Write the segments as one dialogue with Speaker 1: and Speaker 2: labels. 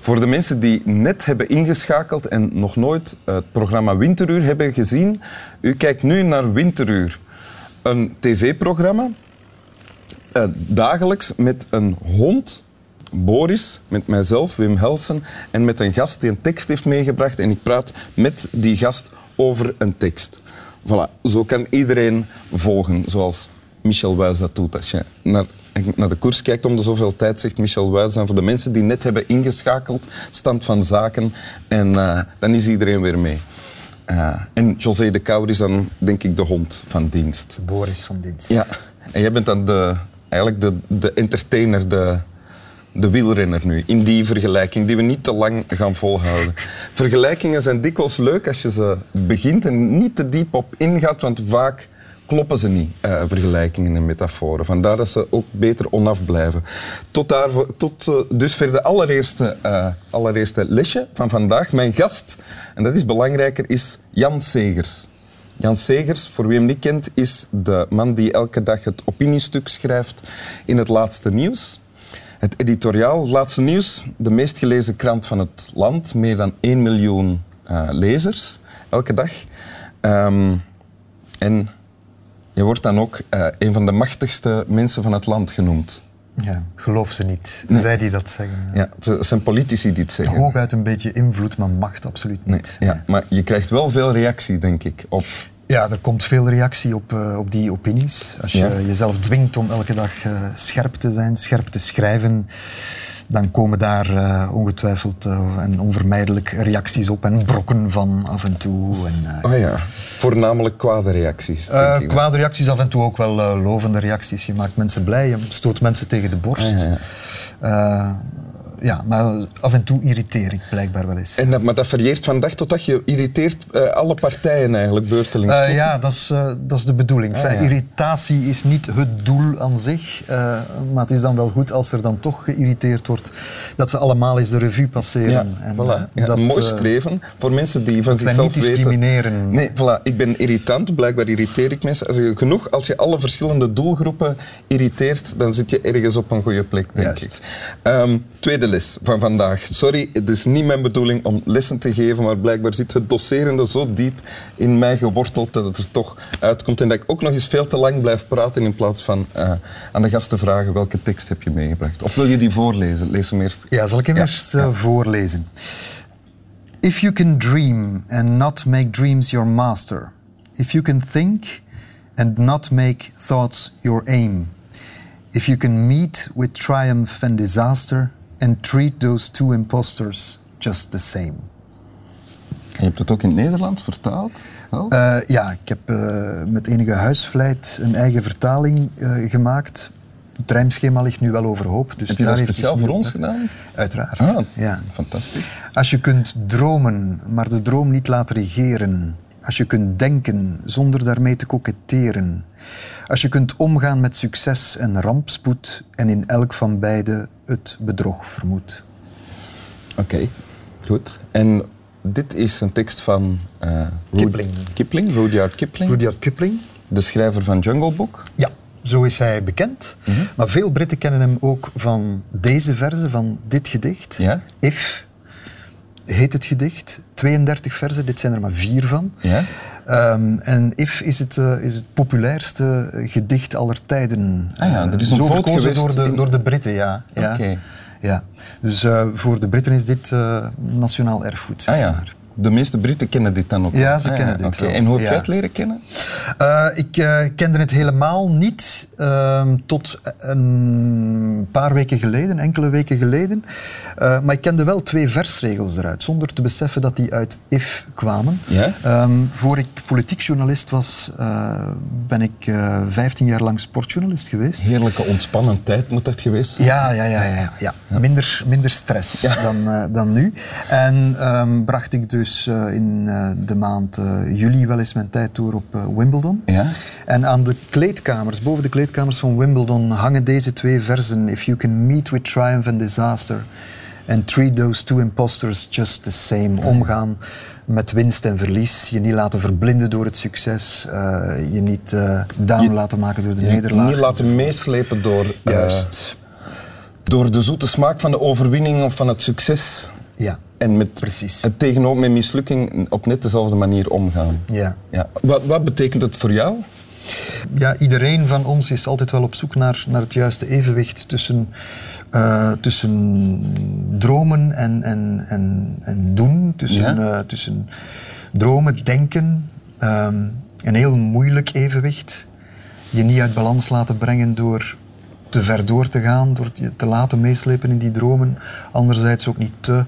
Speaker 1: Voor de mensen die net hebben ingeschakeld en nog nooit het programma Winteruur hebben gezien, u kijkt nu naar Winteruur. Een tv-programma, eh, dagelijks met een hond, Boris, met mijzelf, Wim Helsen, en met een gast die een tekst heeft meegebracht. En ik praat met die gast over een tekst. Voilà, zo kan iedereen volgen, zoals Michel Wuis dat doet. Als je naar, naar de koers kijkt om de zoveel tijd, zegt Michel Wuis. En voor de mensen die net hebben ingeschakeld, stand van zaken. En eh, dan is iedereen weer mee. Eh, en José de Kouwer is dan, denk ik, de hond van dienst.
Speaker 2: Boris van Dienst.
Speaker 1: Ja, en jij bent dan de, eigenlijk de, de entertainer, de, de wielrenner nu. In die vergelijking, die we niet te lang gaan volhouden. Vergelijkingen zijn dikwijls leuk als je ze begint en niet te diep op ingaat, want vaak kloppen ze niet, eh, vergelijkingen en metaforen. Vandaar dat ze ook beter onaf blijven. Tot, daarvoor, tot eh, dusver de allereerste, eh, allereerste lesje van vandaag. Mijn gast, en dat is belangrijker, is Jan Segers. Jan Segers, voor wie hem niet kent, is de man die elke dag het opiniestuk schrijft in het laatste nieuws. Het editoriaal Laatste Nieuws, de meest gelezen krant van het land, meer dan 1 miljoen eh, lezers elke dag. Ehm, en je wordt dan ook eh, een van de machtigste mensen van het land genoemd.
Speaker 2: Ja, geloof ze niet. Zij die dat zeggen.
Speaker 1: Ja, het zijn politici die het zeggen.
Speaker 2: Hooguit een beetje invloed, maar macht absoluut niet.
Speaker 1: Ja, maar je krijgt wel veel reactie, denk ik, op
Speaker 2: Ja, er komt veel reactie op, eh, op die opinies. Als je
Speaker 1: Ja.
Speaker 2: jezelf dwingt om elke dag eh, scherp te zijn, scherp te schrijven, dan komen daar eh, ongetwijfeld eh, en onvermijdelijk reacties op en brokken van af en toe. En, eh,
Speaker 1: Oh ja, voornamelijk kwade reacties. Denk
Speaker 2: eh,
Speaker 1: ik dan.
Speaker 2: kwade reacties, af en toe ook wel eh, lovende reacties. Je maakt mensen blij, je stoot mensen tegen de borst.
Speaker 1: Ah, ja,
Speaker 2: Eh, ja, maar af en toe irriteer ik blijkbaar wel eens.
Speaker 1: En dat, maar dat varieert van dag tot dag. Je irriteert eh, alle partijen eigenlijk, beurtelings.
Speaker 2: Eh, ja, dat is, eh, dat is de bedoeling. Enfin,
Speaker 1: ja.
Speaker 2: Irritatie is niet het doel aan zich. eh, maar het is dan wel goed als er dan toch geïrriteerd wordt dat ze allemaal eens de revue passeren.
Speaker 1: Ja,
Speaker 2: En,
Speaker 1: voilà.
Speaker 2: eh,
Speaker 1: Ja, een mooi
Speaker 2: eh,
Speaker 1: streven voor mensen die van
Speaker 2: wij
Speaker 1: zichzelf
Speaker 2: niet
Speaker 1: weten...
Speaker 2: discrimineren.
Speaker 1: Nee, voilà. Ik ben irritant, blijkbaar irriteer ik mensen. Als je, genoeg, als je alle verschillende doelgroepen irriteert, dan zit je ergens op een goede plek, denk
Speaker 2: Juist.
Speaker 1: ik. Ehm, tweede les van vandaag. Sorry, het is niet mijn bedoeling om lessen te geven, maar blijkbaar zit het doserende zo diep in mij geworteld dat het er toch uitkomt. En dat ik ook nog eens veel te lang blijf praten in plaats van eh, aan de gast te vragen welke tekst heb je meegebracht. Of wil je die voorlezen? Lees hem eerst.
Speaker 2: Ja, zal ik hem
Speaker 1: Ja,
Speaker 2: eerst eh, voorlezen. If you can dream and not make dreams your master. If you can think and not make thoughts your aim. If you can meet with triumph and disaster and treat those two impostors just the same.
Speaker 1: Je hebt het ook in het Nederlands vertaald? Wel?
Speaker 2: Eh, ja, ik heb eh, met enige huisvlijt een eigen vertaling eh, gemaakt. Het rijmschema ligt nu wel overhoop. Dus
Speaker 1: Heb je dat
Speaker 2: daar heeft
Speaker 1: speciaal
Speaker 2: iets
Speaker 1: voor ons
Speaker 2: meer op-
Speaker 1: gedaan?
Speaker 2: Uiteraard.
Speaker 1: Ah,
Speaker 2: ja.
Speaker 1: fantastisch.
Speaker 2: Als je kunt dromen, maar de droom niet laat regeren. Als je kunt denken zonder daarmee te koketteren. Als je kunt omgaan met succes en rampspoed en in elk van beide het bedrog vermoedt.
Speaker 1: Oké, goed. En dit is een tekst van eh, Ru-
Speaker 2: Kipling.
Speaker 1: Kipling, Rudyard Kipling,
Speaker 2: Rudyard Kipling?
Speaker 1: de schrijver van Jungle Book.
Speaker 2: Ja, zo is hij bekend.
Speaker 1: Mhm.
Speaker 2: Maar veel Britten kennen hem ook van deze verse, van dit gedicht.
Speaker 1: Ja.
Speaker 2: If heet het gedicht. 32 versen, dit zijn er maar vier van.
Speaker 1: Ja.
Speaker 2: Ehm, en If is het, eh, is het populairste gedicht aller tijden.
Speaker 1: Ah ja, er is
Speaker 2: Eh,
Speaker 1: een
Speaker 2: Zo
Speaker 1: vote
Speaker 2: verkozen
Speaker 1: geweest
Speaker 2: door de,
Speaker 1: in-
Speaker 2: door de Britten, ja. ja.
Speaker 1: Oké.
Speaker 2: ja. Dus eh, voor de Britten is dit eh, nationaal erfgoed. zeg
Speaker 1: Ah ja,
Speaker 2: maar.
Speaker 1: de meeste Britten kennen dit dan ook.
Speaker 2: Ja, ze
Speaker 1: Ah
Speaker 2: kennen dit
Speaker 1: oké.
Speaker 2: wel.
Speaker 1: En hoe heb
Speaker 2: Ja.
Speaker 1: jij het leren kennen?
Speaker 2: Eh, ik eh, kende het helemaal niet ehm, tot een paar weken geleden, enkele weken geleden. Eh, maar ik kende wel twee versregels eruit, zonder te beseffen dat die uit IF kwamen.
Speaker 1: Ja?
Speaker 2: Ehm, voor ik politiek journalist was, eh, ben ik eh 15 jaar lang sportjournalist geweest.
Speaker 1: Heerlijke ontspannen tijd moet dat geweest zijn.
Speaker 2: Ja, ja, ja, ja, ja. Minder, minder stress dan, eh, dan nu. En ehm, bracht ik dus eh, in eh, de maand eh, juli wel eens mijn tijd door op eh, Wimbledon.
Speaker 1: Ja.
Speaker 2: En aan de kleedkamers, boven de kleedkamers van Wimbledon, hangen deze twee versen. If you can meet with triumph and disaster and treat those two imposters just the same. Omgaan met winst en verlies. Je niet laten verblinden door het succes. eh, je niet eh down laten maken door de nederlaag.
Speaker 1: Niet laten meeslepen door, eh,
Speaker 2: Juist.
Speaker 1: door de zoete smaak van de overwinning of van het succes.
Speaker 2: Ja,
Speaker 1: En met
Speaker 2: Precies.
Speaker 1: het tegenop met mislukking op net dezelfde manier omgaan.
Speaker 2: ja.
Speaker 1: Ja. Wat, wat betekent het voor jou?
Speaker 2: ja, iedereen van ons is altijd wel op zoek naar, naar het juiste evenwicht tussen, eh, tussen dromen en, en, en, en doen. Tussen,
Speaker 1: Ja.
Speaker 2: eh, tussen dromen, denken. Ehm, een heel moeilijk evenwicht. Je niet uit balans laten brengen door te ver door te gaan, door je te laten meeslepen in die dromen. Anderzijds ook niet te,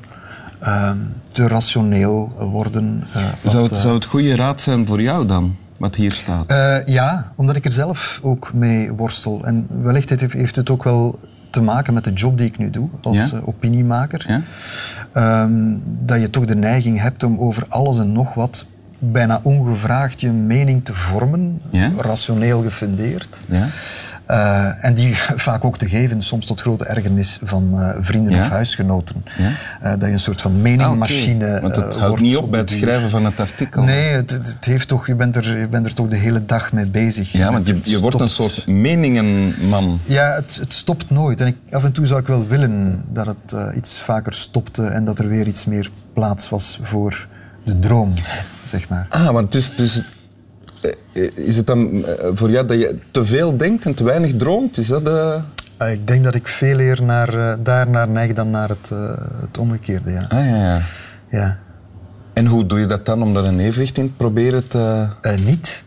Speaker 2: ehm, te rationeel worden. eh, want,
Speaker 1: Zou het,
Speaker 2: eh,
Speaker 1: zou het goede raad zijn voor jou dan, wat hier staat?
Speaker 2: eh, ja, omdat ik er zelf ook mee worstel. En wellicht heeft, heeft het ook wel te maken met de job die ik nu doe als
Speaker 1: Ja?
Speaker 2: eh, opiniemaker.
Speaker 1: Ja?
Speaker 2: Ehm, dat je toch de neiging hebt om over alles en nog wat bijna ongevraagd je mening te vormen,
Speaker 1: Ja?
Speaker 2: rationeel gefundeerd.
Speaker 1: Ja.
Speaker 2: Eh, en die vaak ook te geven, soms tot grote ergernis van eh, vrienden
Speaker 1: Ja?
Speaker 2: of huisgenoten.
Speaker 1: Ja?
Speaker 2: Eh, dat je een soort van meningmachine.
Speaker 1: Ah, oké. Want het
Speaker 2: eh,
Speaker 1: houdt
Speaker 2: wordt
Speaker 1: niet op bij
Speaker 2: de
Speaker 1: het
Speaker 2: duur.
Speaker 1: schrijven van het artikel.
Speaker 2: Nee, het, het- het heeft toch, je, bent er, je bent er toch de hele dag mee bezig.
Speaker 1: Ja, want je,
Speaker 2: Het
Speaker 1: je wordt een
Speaker 2: stopt.
Speaker 1: soort meningenman.
Speaker 2: Ja, het, het stopt nooit. En ik, af en toe zou ik wel willen dat het eh, iets vaker stopte en dat er weer iets meer plaats was voor de droom, zeg maar.
Speaker 1: Ah, want dus, dus eh, eh, is het dan eh, voor jou dat je te veel denkt en te weinig droomt? Is dat de...
Speaker 2: Eh, ik denk dat ik veel eer naar, eh, daarnaar neig dan naar het, eh, het omgekeerde, ja.
Speaker 1: Ah ja, ja.
Speaker 2: ja.
Speaker 1: En hoe doe je dat dan om daar een evenwicht in te proberen te...
Speaker 2: Eh, niet.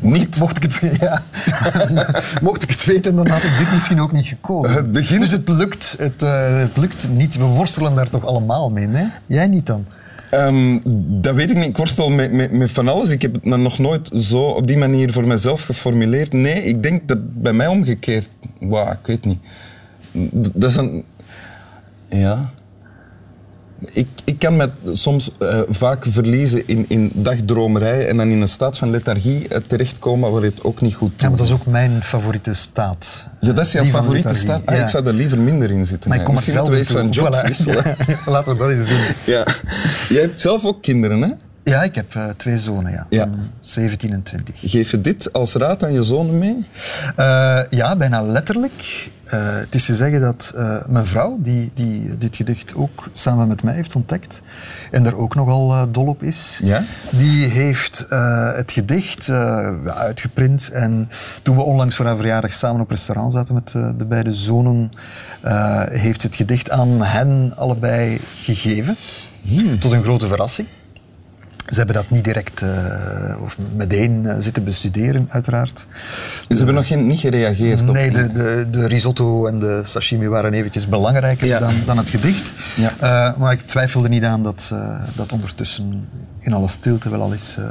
Speaker 1: Niet?
Speaker 2: Mocht ik, het, ja. Mocht ik het weten, dan had ik dit misschien ook niet gekozen.
Speaker 1: Het begint-
Speaker 2: Dus het lukt, het, eh, het lukt niet. We worstelen daar toch allemaal mee, nee? Jij niet dan?
Speaker 1: Ehm, dat weet ik niet. Ik worstel met, met, met van alles. Ik heb het me nog nooit zo op die manier voor mezelf geformuleerd. Nee, ik denk dat het bij mij omgekeerd... Wauw, ik weet niet. Dat is een... Ja. Ik, ik kan me soms eh, vaak verliezen in, in dagdromerij en dan in een staat van lethargie eh, terechtkomen waar je het ook niet goed doet.
Speaker 2: Ja, maar dat is ook mijn favoriete staat.
Speaker 1: Ja, dat is jouw
Speaker 2: Die van
Speaker 1: favoriete
Speaker 2: lethargie,
Speaker 1: staat? Ah,
Speaker 2: ja.
Speaker 1: Ik zou er liever minder in zitten.
Speaker 2: Maar ik kom er
Speaker 1: Misschien
Speaker 2: zelden
Speaker 1: moeten we eens
Speaker 2: toe.
Speaker 1: van job wisselen.
Speaker 2: Voilà. Laten we dat eens doen.
Speaker 1: Ja. Jij hebt zelf ook kinderen, hè?
Speaker 2: Ja, ik heb eh, twee zonen, ja.
Speaker 1: Ja.
Speaker 2: Van 17 en 20.
Speaker 1: Geef je dit als raad aan je zonen mee?
Speaker 2: Eh, ja, bijna letterlijk. Eh, het is te zeggen dat eh, mijn vrouw, die, die dit gedicht ook samen met mij heeft ontdekt en er ook nogal eh, dol op is,
Speaker 1: Ja?
Speaker 2: die heeft eh, het gedicht eh, ja, uitgeprint. En toen we onlangs voor haar verjaardag samen op restaurant zaten met eh, de beide zonen, eh, heeft ze het gedicht aan hen allebei gegeven. Tot een grote verrassing. Ze hebben dat niet direct eh, of meteen eh, zitten bestuderen, uiteraard.
Speaker 1: Ze hebben nog geen, niet gereageerd op.
Speaker 2: Nee, de, de, de risotto en de sashimi waren eventjes belangrijker
Speaker 1: Ja.
Speaker 2: dan, dan het gedicht.
Speaker 1: Ja.
Speaker 2: Eh, maar ik twijfel er niet aan dat, eh, dat ondertussen in alle stilte wel al eens eh,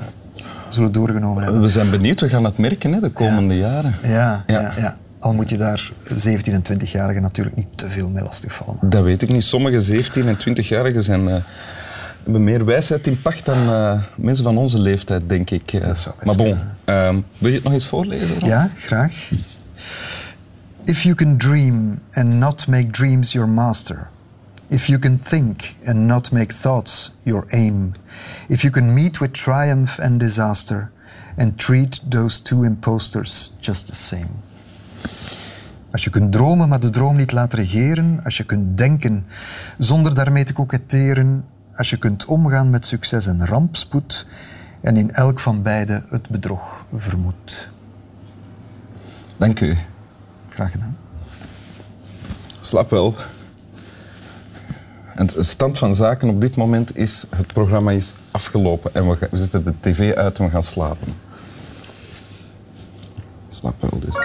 Speaker 2: zullen doorgenomen hebben.
Speaker 1: We zijn benieuwd, we gaan het merken hè, de komende jaren.
Speaker 2: Ja, ja.
Speaker 1: Ja.
Speaker 2: Ja, Al moet je daar 17 en 20-jarigen natuurlijk niet te veel mee lastigvallen.
Speaker 1: Dat weet ik niet. Sommige 17- en 20-jarigen zijn, eh, hebben meer wijsheid in pacht dan eh, mensen van onze leeftijd, denk ik. eh.
Speaker 2: Dat zou best
Speaker 1: maar bon,
Speaker 2: kunnen.
Speaker 1: ehm, wil je het nog eens voorlezen? Ron?
Speaker 2: Ja, graag. If you can dream and not make dreams your master. If you can think and not make thoughts your aim. If you can meet with triumph and disaster and treat those two imposters just the same. Als je kunt dromen, maar de droom niet laat regeren. Als je kunt denken zonder daarmee te koketteren. Als je kunt omgaan met succes en rampspoed. En in elk van beide het bedrog vermoedt.
Speaker 1: Dank u.
Speaker 2: Graag gedaan.
Speaker 1: Slap wel. En de stand van zaken op dit moment is, het programma is afgelopen en we, gaan- we zetten de tv uit en we gaan slapen. Slap wel dus.